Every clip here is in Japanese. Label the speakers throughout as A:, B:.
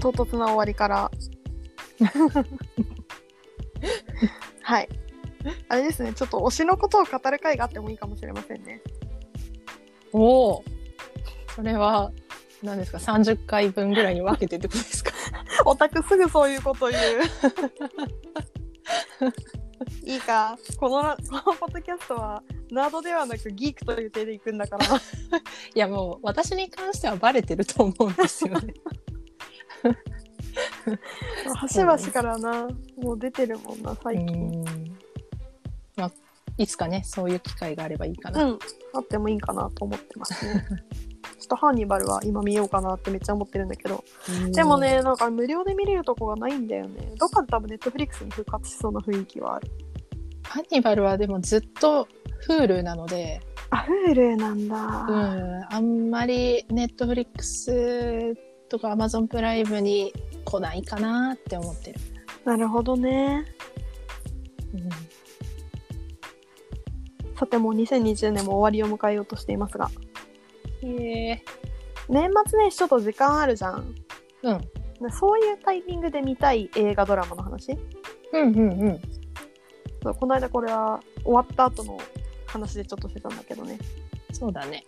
A: 唐突な終わりから はいあれですねちょっと推しのことを語る会があってもいいかもしれませんね
B: おおそれは何ですか30回分ぐらいに分けてってこと ですか
A: オタクすぐそういうこと言う いいかこのラこのポッドキャストはナードではなくギークという手でいくんだ から
B: いやもう私に関してはバレてると思うんです よね
A: 端々からなもう出てるもんな最近
B: うんまあいつかねそういう機会があればいいか
A: う
B: な、
A: んあってもいいかなと思ってますねちょっとハンニバルは今見ようかなってめっちゃ思ってるんだけどでもね、なんか無料で見れるとこがないんだよね。どっかで多分ネットフリックスに復活しそうな雰囲気はある。
B: ハンニバルはでもずっと Hulu なので、
A: あ、フールなんだ。
B: うん、あんまり Netflix とか Amazon プライムに来ないかなって思ってる。
A: なるほどね。
B: うん
A: さてもう2020年も終わりを迎えようとしていますが。
B: へえ
A: 年末年始ちょっと時間あるじゃん。
B: うん
A: ねそういうタイミングで見たい映画ドラマの話
B: うんうんうん。
A: そうこの間これは終わった後の話でちょっとしてたんだけどね。
B: そうだね。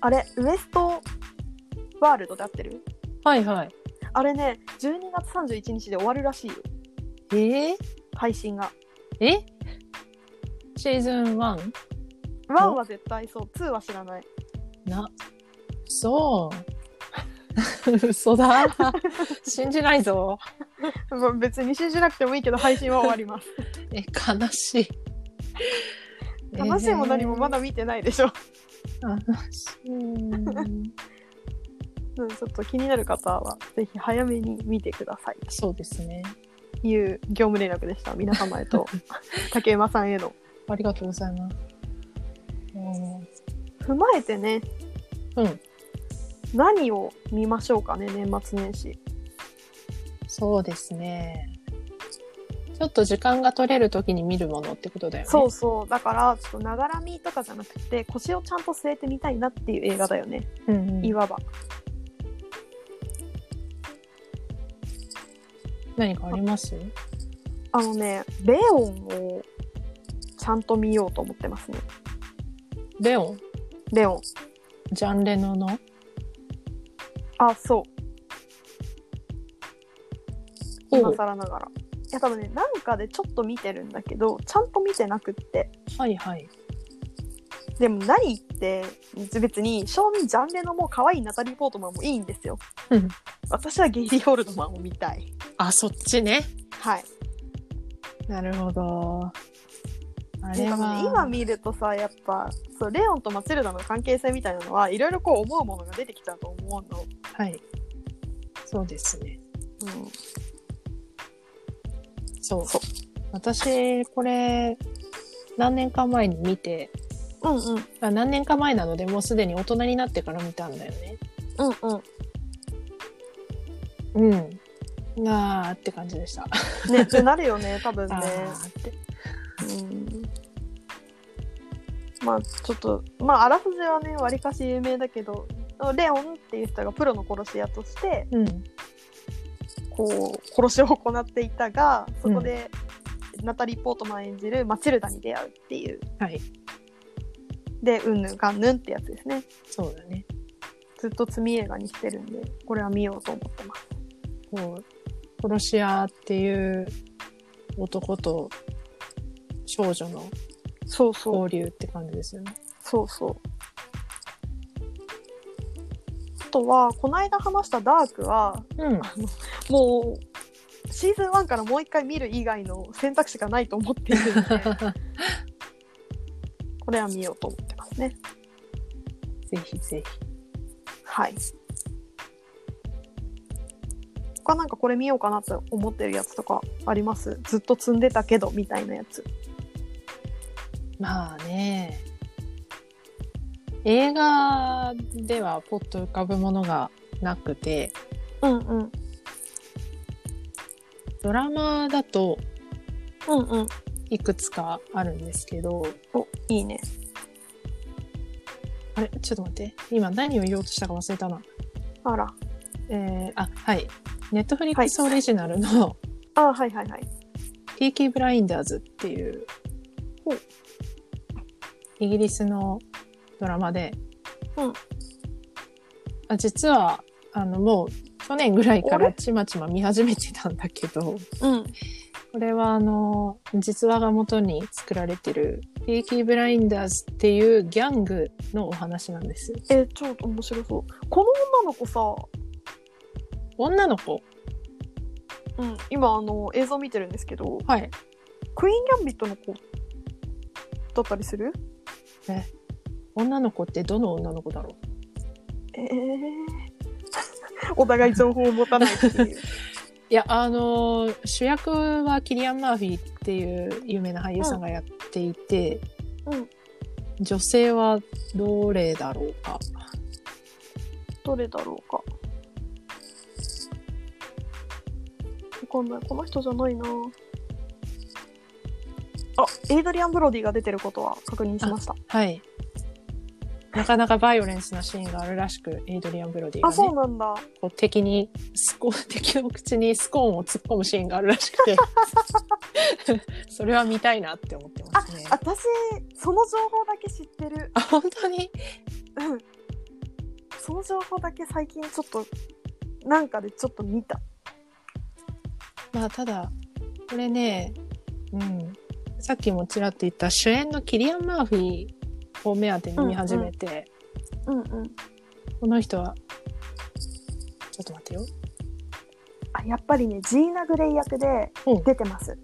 A: あれ、ウエストワールドで合ってる
B: はいはい。
A: あれね、12月31日で終わるらしいよ。
B: ええ
A: 配信が。
B: えシーズン 1?
A: 1は絶対そう、2は知らない。
B: な、そう。 嘘だ。信じないぞ。
A: まあ別に信じなくてもいいけど配信は終わり ます。
B: え、悲しい。
A: 悲しいも何もま
B: だ。
A: だ見てないでしょ。
B: 悲しい。
A: うん、ちょっと気になる方はぜひ早めに見てください
B: そうですね。
A: という業務連絡でした。皆様へ と竹山さんへの。
B: ありがとうございます。うん
A: 踏まえてね、
B: うん、
A: 何を見ましょうかね、年末年始。
B: そうですね。ちょっと時間が取れるときに見るものってことだよね。
A: そうそう、だからちょっとながら見とかじゃなくて腰をちゃんと据えてみたいなっていう映画だよね、
B: うんうん
A: いわば。
B: 何かあります
A: あのね、レオンをちゃんと見ようと思ってますね。
B: レオン
A: レオン。
B: ジャンレノの
A: あ、そう。
B: ほ
A: 今
B: う
A: 更ながら。いや多分ねなんかでちょっと見てるんだけどちゃんと見てなくって
B: はいはい。
A: でも何って別に賞味ジャンルのもう可愛いナタリー・ポートマンもいいんですよ
B: うん
A: 私はゲイリー・オールドマンを見たい
B: あ、そっちね。
A: はい
B: なるほど。あれ
A: なんか
B: は
A: ね、今見るとさやっぱそうレオンとマチルダの関係性みたいなのはいろいろこう思うものが出てきちゃうと思うの、
B: はい。そうですね。そう。
A: そう
B: 私、これ、何年か前に見て、
A: うん、うんうん
B: あ何年か前なので、もうすでに大人になってから見たんだよね。
A: うんうん
B: うん。あーって感じでした。
A: ねってなるよね多分ね
B: あーって。
A: うんまあちょっとまああらすじはねわりかし有名だけどレオンっていう人がプロの殺し屋として
B: うん。
A: こう殺しを行っていたがそこで、ナタリー・ポートマン演じるマチルダに出会うっていう
B: はい。
A: でうんぬんかんぬんってやつですね
B: そうだね。
A: ずっと罪映画にしてるんでこれは見ようと思ってます
B: こう、殺し屋っていう男と少女の
A: そうそう
B: 交流って感じですよね。
A: そうそうあとはこの間話した「ダーク」は
B: うん。
A: もうシーズン1からもう一回見る以外の選択肢がないと思っているのでこれは見ようと思ってますね
B: ぜひぜひ。
A: はい他なんかこれ見ようかなと思ってるやつとかありますずっと積んでたけどみたいなやつ
B: まあね。映画ではポッと浮かぶものがなくて、
A: うんうん
B: ドラマだと
A: うんうん
B: いくつかあるんですけど、
A: おいいね
B: あれちょっと待って。今何を言おうとしたか忘れたな。
A: あら
B: えーあはいネットフリックスオリジナルの
A: あはいはいはい。
B: 「ピーキー・ブラインダーズ」っていう
A: ほう
B: イギリスのドラマで、
A: うん
B: あ実はあのもう去年ぐらいからちまちま見始めてたんだけど
A: うん。
B: これはあの実話が元に作られてる「ピーキー・ブラインダーズ」っていうギャングのお話なんです。
A: えー、超面白そう。この女の子さ、
B: 女の子
A: うん、今あの映像見てるんですけど、
B: はい
A: クイーン・ギャンビットの子だったりする
B: 女の子ってどの女の子だろう
A: ええ お互い情報を持たないっていう。
B: いやあの主役はキリアン・マーフィーっていう有名な俳優さんがやっていて、
A: うん
B: 女性はどれだろうか
A: どれだろうか。わかんない。この人じゃないな。あ、エイドリアン・ブロディが出てることは確認しました。
B: はいなかなかバイオレンスなシーンがあるらしくエイドリアン・ブロディ
A: あ
B: が、ね、
A: そうなんだ。
B: こう敵にスコ 敵の口にスコーンを突っ込むシーンがあるら しくてそれは見たいなって思ってますね。
A: 私、その情報だけ知ってる。
B: あ本当に
A: うん。その情報だけ最近ちょっと、なんかでちょっと見た。
B: まあただこれね、うん、さっきもちらっと言った主演のキリアン・マーフィーを目当てに見始めて、
A: うんうん。
B: この人はちょっと待ってよ
A: あ、やっぱりね、ジーナ・グレイ役で
B: うん
A: 出てます。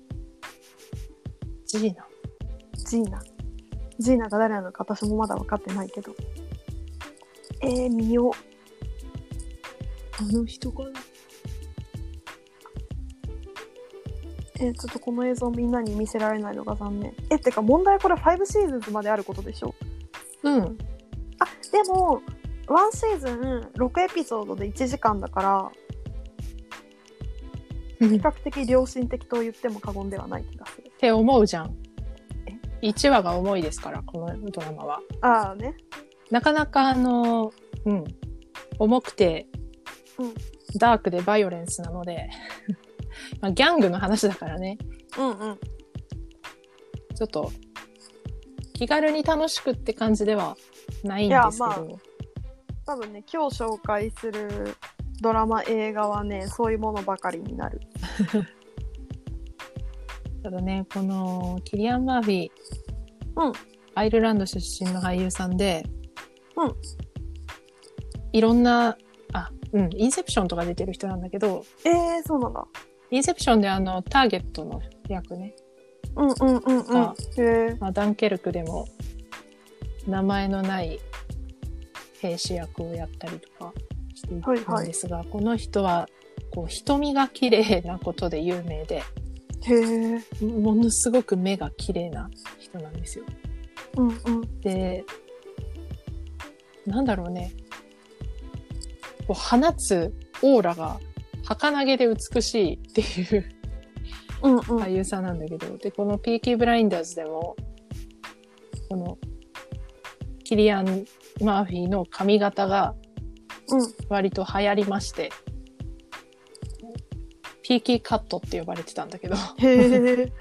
B: ジーナ
A: ジーナ。ジーナが誰なのか私もまだ分かってないけど。えー、見よう。
B: あの人かな
A: えーちょっとこの映像みんなに見せられないのが残念えってか問題これ5シーズンズまであることでしょ
B: う
A: あ
B: ん
A: でも1シーズン6エピソードで1時間だから比較的良心的と言っても過言ではない気がする
B: って思うじゃん1話が重いですからこのドラマは
A: ああね
B: なかなかあのうん重くて、
A: うん
B: ダークでバイオレンスなので、 まあ、ギャングの話だからね
A: うんうん
B: ちょっと気軽に楽しくって感じではないんですけど、
A: いやま多分ね今日紹介するドラマ映画はねそういうものばかりになる
B: ただねこのキリアン・マーフィー、
A: うん
B: アイルランド出身の俳優さんで、
A: うん
B: いろんなあうんインセプションとか出てる人なんだけど
A: えー、そうなんだ
B: インセプションであのターゲットの役ね、
A: うんうんうんうん
B: あ
A: へえ
B: まあ、ダンケルクでも名前のない兵士役をやったりとかしていたんですが、この人はこう瞳が綺麗なことで有名で
A: へえ
B: ものすごく目が綺麗な人なんですよ。
A: うんうん
B: でなんだろうねこう放つオーラが儚げで美しいっていう
A: うんうん、
B: 俳優さんなんだけどでこの「ピーキー・ブラインダーズ」でもこのキリアン・マーフィーの髪型が
A: うん
B: 割と流行りましてピーキーカットって呼ばれてたんだけど
A: へ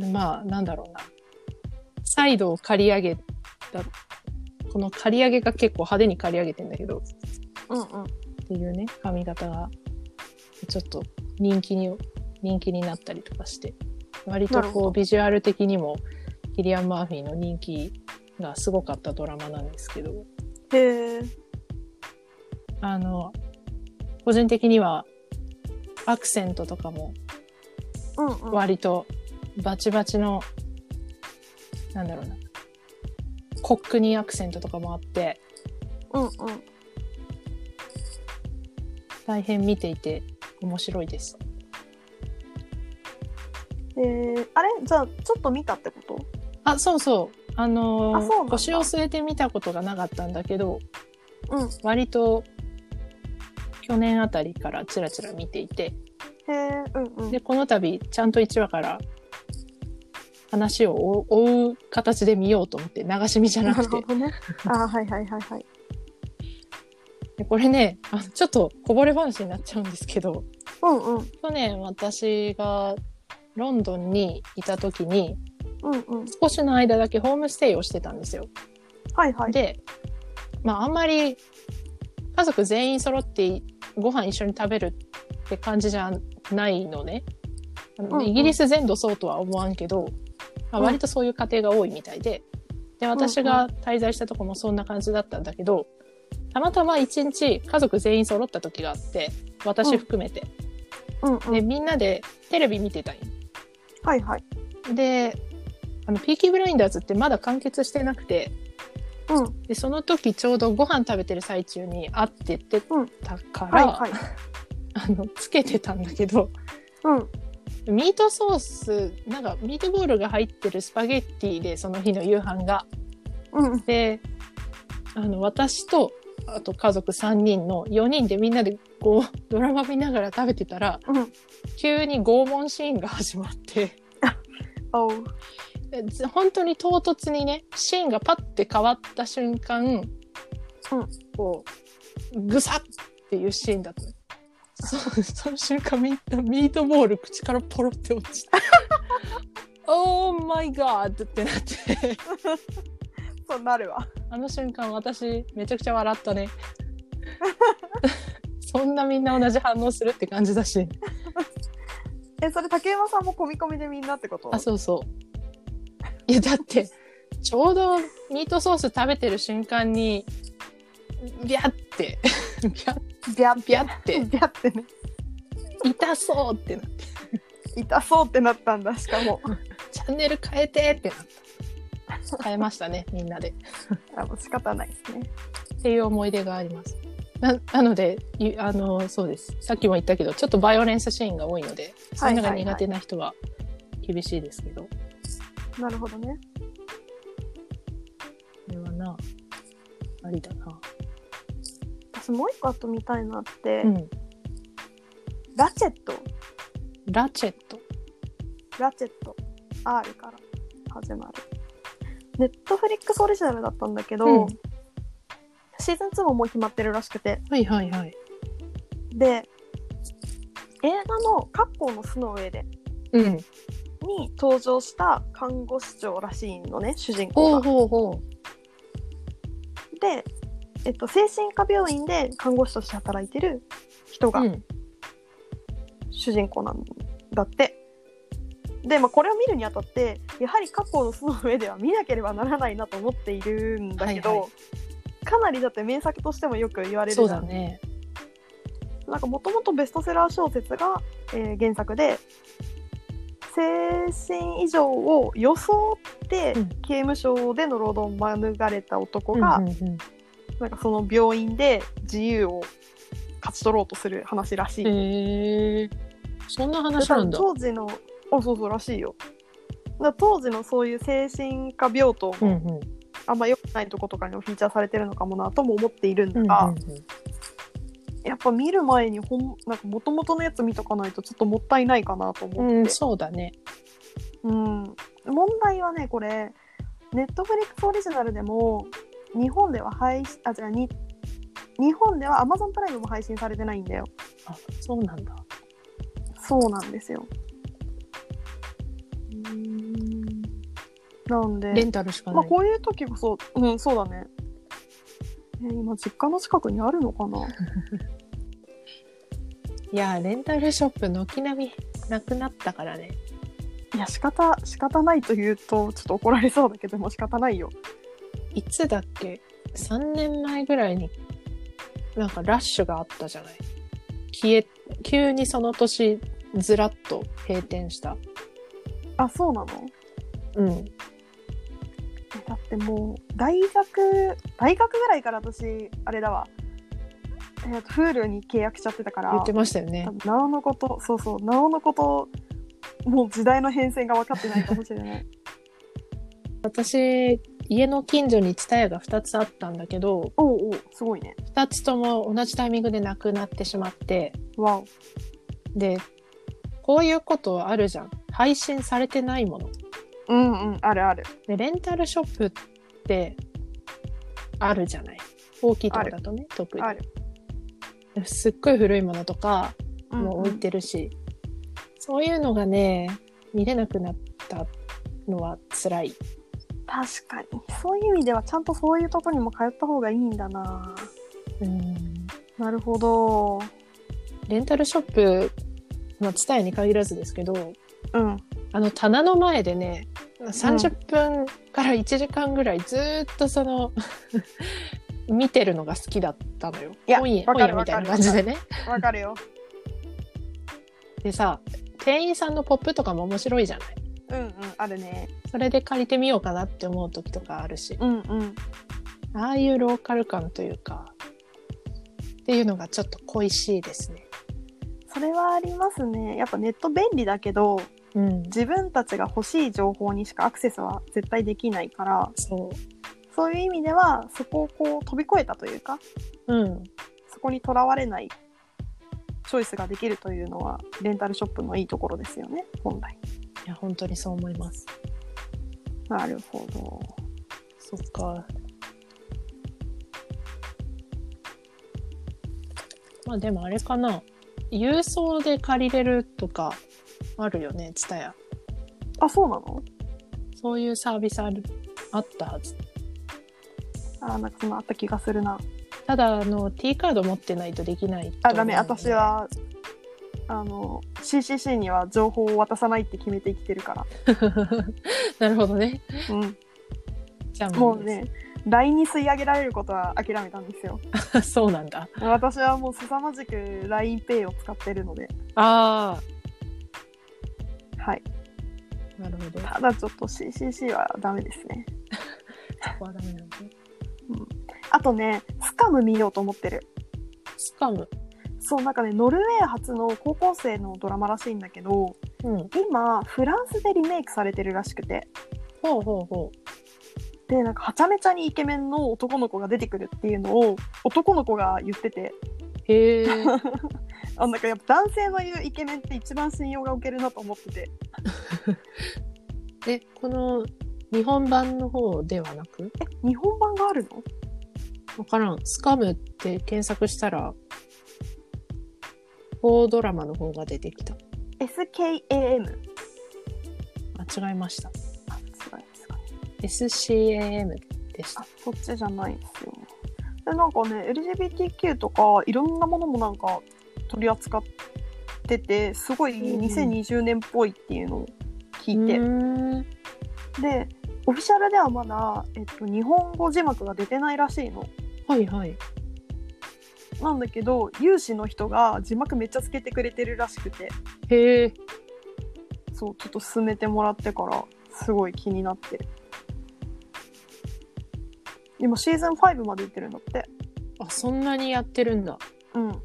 A: え
B: まあなんだろうなサイドを刈り上げたこの刈り上げが結構派手に刈り上げてんだけどっ
A: うんうん
B: ていうね髪型がちょっと人気に人気になったりとかして割と
A: なるほ
B: こ
A: ど
B: うビジュアル的にもキリアン・マーフィーの人気がすごかったドラマなんですけど
A: へえ
B: あの個人的にはアクセントとかも
A: うんうん
B: 割とバチバチの、なんだろうな、コックニーアクセントとかもあって、
A: うんうん
B: 大変見ていて面白いです。
A: えー、あれじゃあちょっと見たってこと
B: あ、そうそう。あのー
A: あそうなんだ
B: 腰を据えて見たことがなかったんだけど、
A: うん
B: 割と去年あたりからチラチラ見ていて、
A: へえうんうん
B: で、この度ちゃんと1話から話を追う追う形で見ようと思って、流し見じゃな
A: な
B: く
A: るほ
B: て。
A: どねあーはいはいはいはい
B: でこれねあのちょっとこぼれ話になっちゃうんですけど
A: うんうん
B: 去年私がロンドンにいた時に
A: うんうん
B: 少しの間だけホームステイをしてたんですよ。
A: はいはい
B: で、まあ、あんまり家族全員揃ってご飯一緒に食べるって感じじゃないのね。あの
A: うんうん
B: イギリス全土そうとは思わんけど、まあ、
A: うん
B: 割とそういう家庭が多いみたいで。で、私が滞在したとこもそんな感じだったんだけど、たまたま一日家族全員揃った時があって、私含めて。
A: うんう
B: で、
A: ん
B: みんなでテレビ見てたんよ。
A: はいはい
B: で、あの、ピーキーブラインダーズってまだ完結してなくて、
A: うん
B: でその時ちょうどご飯食べてる最中に会ってて
A: うん
B: たから、
A: はいはい
B: あのつけてたんだけど
A: うん
B: ミートソースなんかミートボールが入ってるスパゲッティでその日の夕飯が
A: うん
B: であの私とあと家族3人の4人でみんなでこうドラマ見ながら食べてたら
A: うん
B: 急に拷問シーンが始まって
A: あおう
B: でず本当に唐突にねシーンがパッて変わった瞬間、こうぐさっていうシーンだったのそその瞬間みんなミートボール口からポロって落ち て「オーマイガー!」ってなって
A: そうなるわ
B: あの瞬間私めちゃくちゃ笑った ねそんなみんな同じ反応するって感じだし
A: えそれ竹山さんも込み込みでみんなってこと
B: あそうそういやだってちょうどミートソース食べてる瞬間にビャって ビャッ
A: ビャッ
B: ビャっ て
A: ビャってね
B: 痛そうってなって
A: 痛そうってなったんだしかも
B: チャンネル変えてってなった。変えましたね、みんなで。
A: あもう仕方ないですね
B: っていう思い出があります。ななのでいあの、そうです。さっきも言ったけど、ちょっとバイオレンスシーンが多いので、そういうのが苦手な人は厳しいですけど、
A: なるほどね
B: これはな、ありだな。
A: 私もう一個あと見たいなって、
B: うん。
A: ラチェット
B: ラチェット。
A: ラチェット R から始まるネットフリックスオリジナルだったんだけど、
B: うん
A: シーズン2ももう決まってるらしくて
B: はいはいはい。
A: で映画の「カッコの巣の上で
B: うん。」
A: に登場した看護師長らしいのね主人
B: ほ
A: 公
B: う
A: が。
B: ほうほ
A: で、えっと、精神科病院で看護師として働いてる人
B: う。
A: が
B: うん。
A: 主人公なんだって。で、まあ、これを見るにあたってやはり過去のその上では見なければならないなと思っているんだけど、
B: はいは
A: かなりだって名作としてもよく言われるじ
B: そ
A: ゃ
B: うんだね。
A: なんかもともとベストセラー小説が、えー原作で精神異常を装って
B: うん
A: 刑務所での労働を免れた男が、
B: うんうんうん
A: なんかその病院で自由を勝ち取ろうとする話らしい。
B: へえ。そんな
A: だ
B: 話
A: か
B: な
A: ら
B: んだ。
A: 当時のあそうそうらしいよだから当時のそういう精神科病棟
B: うんう
A: も
B: ん。うん
A: あんま良くないとことかにもフィーチャーされてるのかもなとも思っているんだ
B: うん
A: が、やっぱ見る前にほんなんか元々のやつ見とかないとちょっともったいないかなと
B: う
A: 思
B: ん。う
A: っ
B: ん、
A: て、
B: そうだね。
A: うん問題はねこれネットフリックスオリジナルでも日本では配信あじゃあに日本では Amazon プライムも配信されてないんだよ
B: あ、そうなんだ。
A: そうなんですよなんで
B: レンタルしか
A: ま
B: な
A: あ、
B: い。
A: こういう時こそ、うん、そうだね。えー今、実家の近くにあるのかな
B: いやーレンタルショップ軒並みなくなったからね
A: いや、仕方、仕方ないと言うと、ちょっと怒られそうだけど、もう仕方ないよ。
B: いつだっけ3年前ぐらいになんかラッシュがあったじゃない消え急にその年ずらっと閉店した
A: あ、そうなの
B: うん
A: えだってもう、大学、大学ぐらいから私、あれだわ。えーと、フールに契約しちゃってたから、
B: 言ってましたよね
A: 多分なおのこと、そうそう、なおのこと、もう時代の変遷が分かってないかもしれ ない。
B: 私家の近所に蔦屋が2つあったんだけど
A: おうおう、すごいね。
B: 2つとも同じタイミングでなくなってしまって
A: わお。
B: でこういうことあるじゃん配信されてないもの
A: うんうん、あるある。
B: でレンタルショップってあるじゃない大きいとこだとね特に
A: ある。
B: すっごい古いものとか
A: ん
B: も置いてるし、そういうのがね見れなくなったのは辛い
A: 確かにそういう意味ではちゃんとそういうとこにも通った方がいいんだななるほど
B: レンタルショップまあツタヤに限らずですけど
A: うん
B: あの棚の前でね30分から1時間ぐらいずーっとその 見てるのが好きだったのよ
A: いや
B: 本屋
A: わ
B: 本
A: か
B: 屋
A: る
B: みたいな感じでね
A: わかるよ
B: でさ店員さんのポップとかも面白いじゃない
A: うんうんあるね
B: それで借りてみようかなって思う時とかあるし
A: うんうん
B: ああいうローカル感というかっていうのがちょっと恋しいですね
A: それはありますねやっぱネット便利だけど
B: うん
A: 自分たちが欲しい情報にしかアクセスは絶対できないから
B: そ
A: そういう意味ではそこをこう飛び越えたというか
B: ううん
A: そこにとらわれないチョイスができるというのはレンタルショップのいいところですよね本来
B: いや本当にそう思います
A: なるほど
B: そっかまあでもあれかな郵送で借りれるとかあるよねツタヤ
A: あそうなの
B: そういうサービスあるあったはず
A: あなんかそんなあった気がするな
B: ただあの T カード持ってないとできないと
A: あ
B: 思う
A: ダメ
B: ので
A: 私はあの CCC には情報を渡さないって決めて生きてるから、
B: なるほどね
A: うん、
B: じゃあ
A: もうね LINE に吸い上げられることは諦めたんですよ
B: そうなんだ
A: 私はもう凄まじく LINEPay を使ってるので、
B: あ
A: はい、
B: あなるほど
A: ただちょっと CCC はダメですね
B: はダメなんだ
A: あとねスカム見ようと思ってる
B: スカム
A: そうなんかねノルウェー発の高校生のドラマらしいんだけど
B: うん
A: 今フランスでリメイクされてるらしくて
B: ほうほうほ
A: でなんかはちゃめちゃにイケメンの男の子が出てくるっていうのを男の子が言ってて
B: うへえ
A: あなんかやっぱ男性の言うイケメンって一番信用がおけるなと思ってて
B: えこの日本版の方ではなく
A: え日本版があるの
B: わからんスカムって検索したら4ドラマの方が出てきた
A: ?SKAM
B: あ違いました
A: あ違いますか
B: SCAM でした
A: あそっちじゃないんですよでなんかね LGBTQ とかいろんなものもなんか取り扱っててすごい
B: うん
A: 2020年っぽいっていうのを聞いて、
B: うーん
A: でオフィシャルではまだ、えっと、日本語字幕が出てないらしいの
B: はいはい
A: なんだけど有志の人が字幕めっちゃつけてくれてるらしくて
B: へえ
A: そうちょっと進めてもらってからすごい気になってる今シーズン5までいってるんだって
B: あそんなにやってるんだ
A: うんで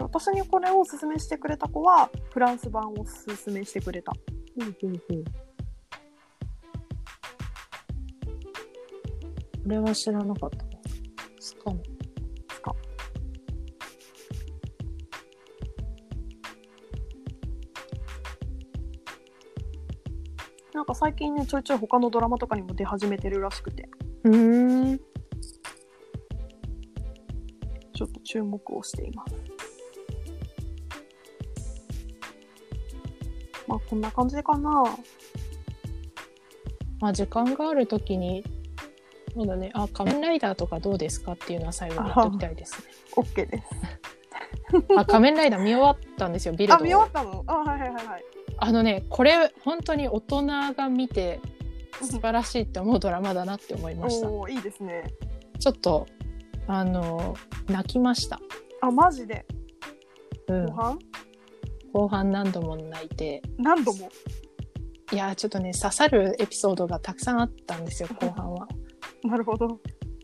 A: 私にこれをおすすめしてくれた子はフランス版をおすすめしてくれた
B: ほうほうほうこれは知らなかったなスカム
A: スカなんか最近ねちょいちょい他のドラマとかにも出始めてるらしくて
B: うーん
A: ちょっと注目をしています。まあこんな感じかな。
B: まあ時間があるときにそうだねあ仮面ライダーとかどうですかっていうのは最後に言っておきたいですね
A: OK です。
B: あ仮面ライダー見終わったんですよビル
A: あ
B: ド
A: 見終わったのあはいはいはいはい。
B: あのねこれ本当に大人が見て素晴らしいって思うドラマだなって思いました
A: おおーいいですね。
B: ちょっとあの泣きました、
A: あマジで
B: うん
A: ご飯、
B: 後半何度も泣いて
A: 何度も
B: いやーちょっとね刺さるエピソードがたくさんあったんですよ後半は。
A: なるほど。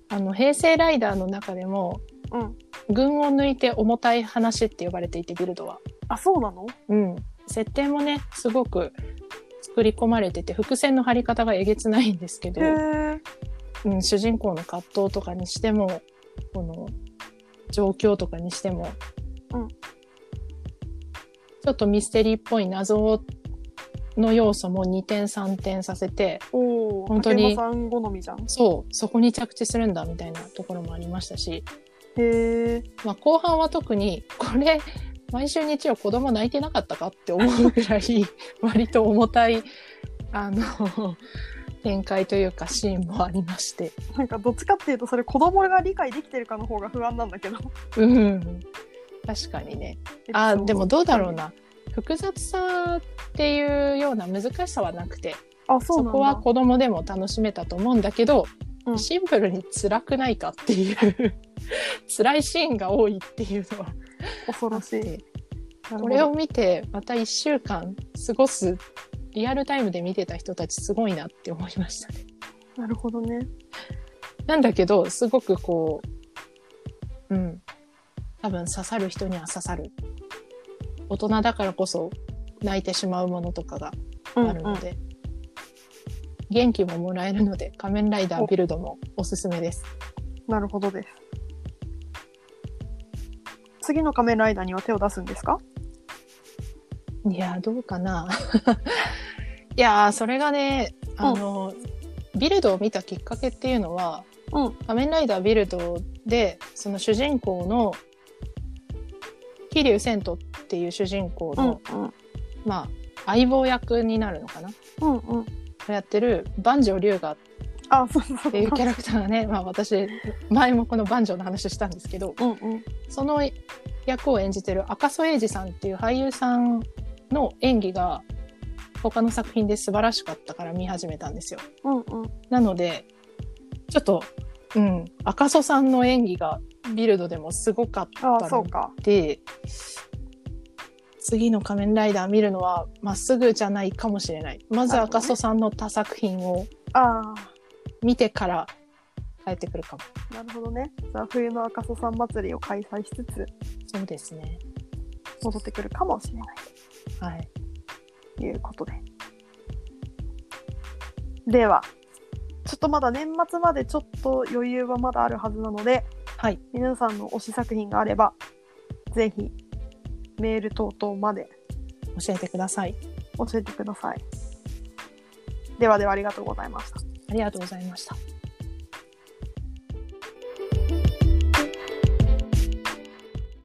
B: あの平成ライダーの中でも
A: うん。
B: 群を抜いて重たい話って呼ばれていてビルドは。
A: あそうなの？
B: うん、設定もねすごく作り込まれてて伏線の張り方がえげつないんですけど、
A: へえ。
B: うん、主人公の葛藤とかにしてもこの状況とかにしても、
A: うん
B: ちょっとミステリーっぽい謎の要素も2点3点させて。
A: おお
B: 本当に
A: 竹山さん好みじゃん。
B: そう、そこに着地するんだみたいなところもありましたし、
A: へえ。
B: まあ、後半は特にこれ毎週日曜子供泣いてなかったかって思うぐらい 割と重たいあの展開というかシーンもありまして、
A: なんかどっちかっていうとそれ子供が理解できてるかの方が不安なんだけ ど。
B: うん、確かにね
A: エ
B: あ
A: ピソード
B: でもどうだろう。な複雑さっていうような難しさはなくて
A: あ、そう
B: そ
A: なんだ。
B: こは子供でも楽しめたと思うんだけど、
A: うん
B: シンプルに辛くないかっていう 辛いシーンが多いっていうのは
A: 恐
B: あ
A: ろ
B: っ
A: しい。
B: て
A: なるほど
B: これを見てまた1週間過ごすリアルタイムで見てた人たちすごいなって思いましたね。
A: なるほどね。
B: なんだけどすごくこううん多分刺さる人には刺さる大人だからこそ泣いてしまうものとかが
A: うん
B: あるので、元気ももらえるので仮面ライダービルドもおすすめです。
A: なるほどです。次の仮面ライダーには手を出すんですか
B: いやーどうかな いやーそれがねあの、ビルドを見たきっかけっていうのは「
A: うん
B: 仮面ライダービルドで」その主人公の桐生千斗っていう主人公の、
A: ん
B: まあ相棒役になるのかな
A: うんうん。
B: をやってる万丈龍河っ
A: あ、そうそうそう。
B: ていうキャラクターがねまあ私前もこの万丈の話したんですけど
A: うんうん。
B: その役を演じてる赤楚衛二さんっていう俳優さんの演技が他の作品で素晴らしかったから見始めたんですよ。
A: うんうん。
B: なので、ちょっと、うん、赤楚さんの演技がビルドでもすごかっ
A: あ
B: た
A: そ
B: の
A: うか。
B: で、次の仮面ライダー見るのは、まあ、すぐじゃないかもしれない。まず
A: なるほどね
B: 赤楚さんの他作品を
A: あ
B: 見てから帰ってくるかも。
A: あ、なるほどね。じゃあ、冬の赤楚さん祭りを開催しつつ、
B: そうですね。
A: 戻ってくるかもしれない
B: はい。
A: ということで。では、ちょっとまだ年末までちょっと余裕はまだあるはずなので、
B: はい。
A: 皆さんの推し作品があれば、ぜひ、メール等々まで
B: 教えてください。
A: 教えてください。ではではありがとうございました。
B: ありがとうございました。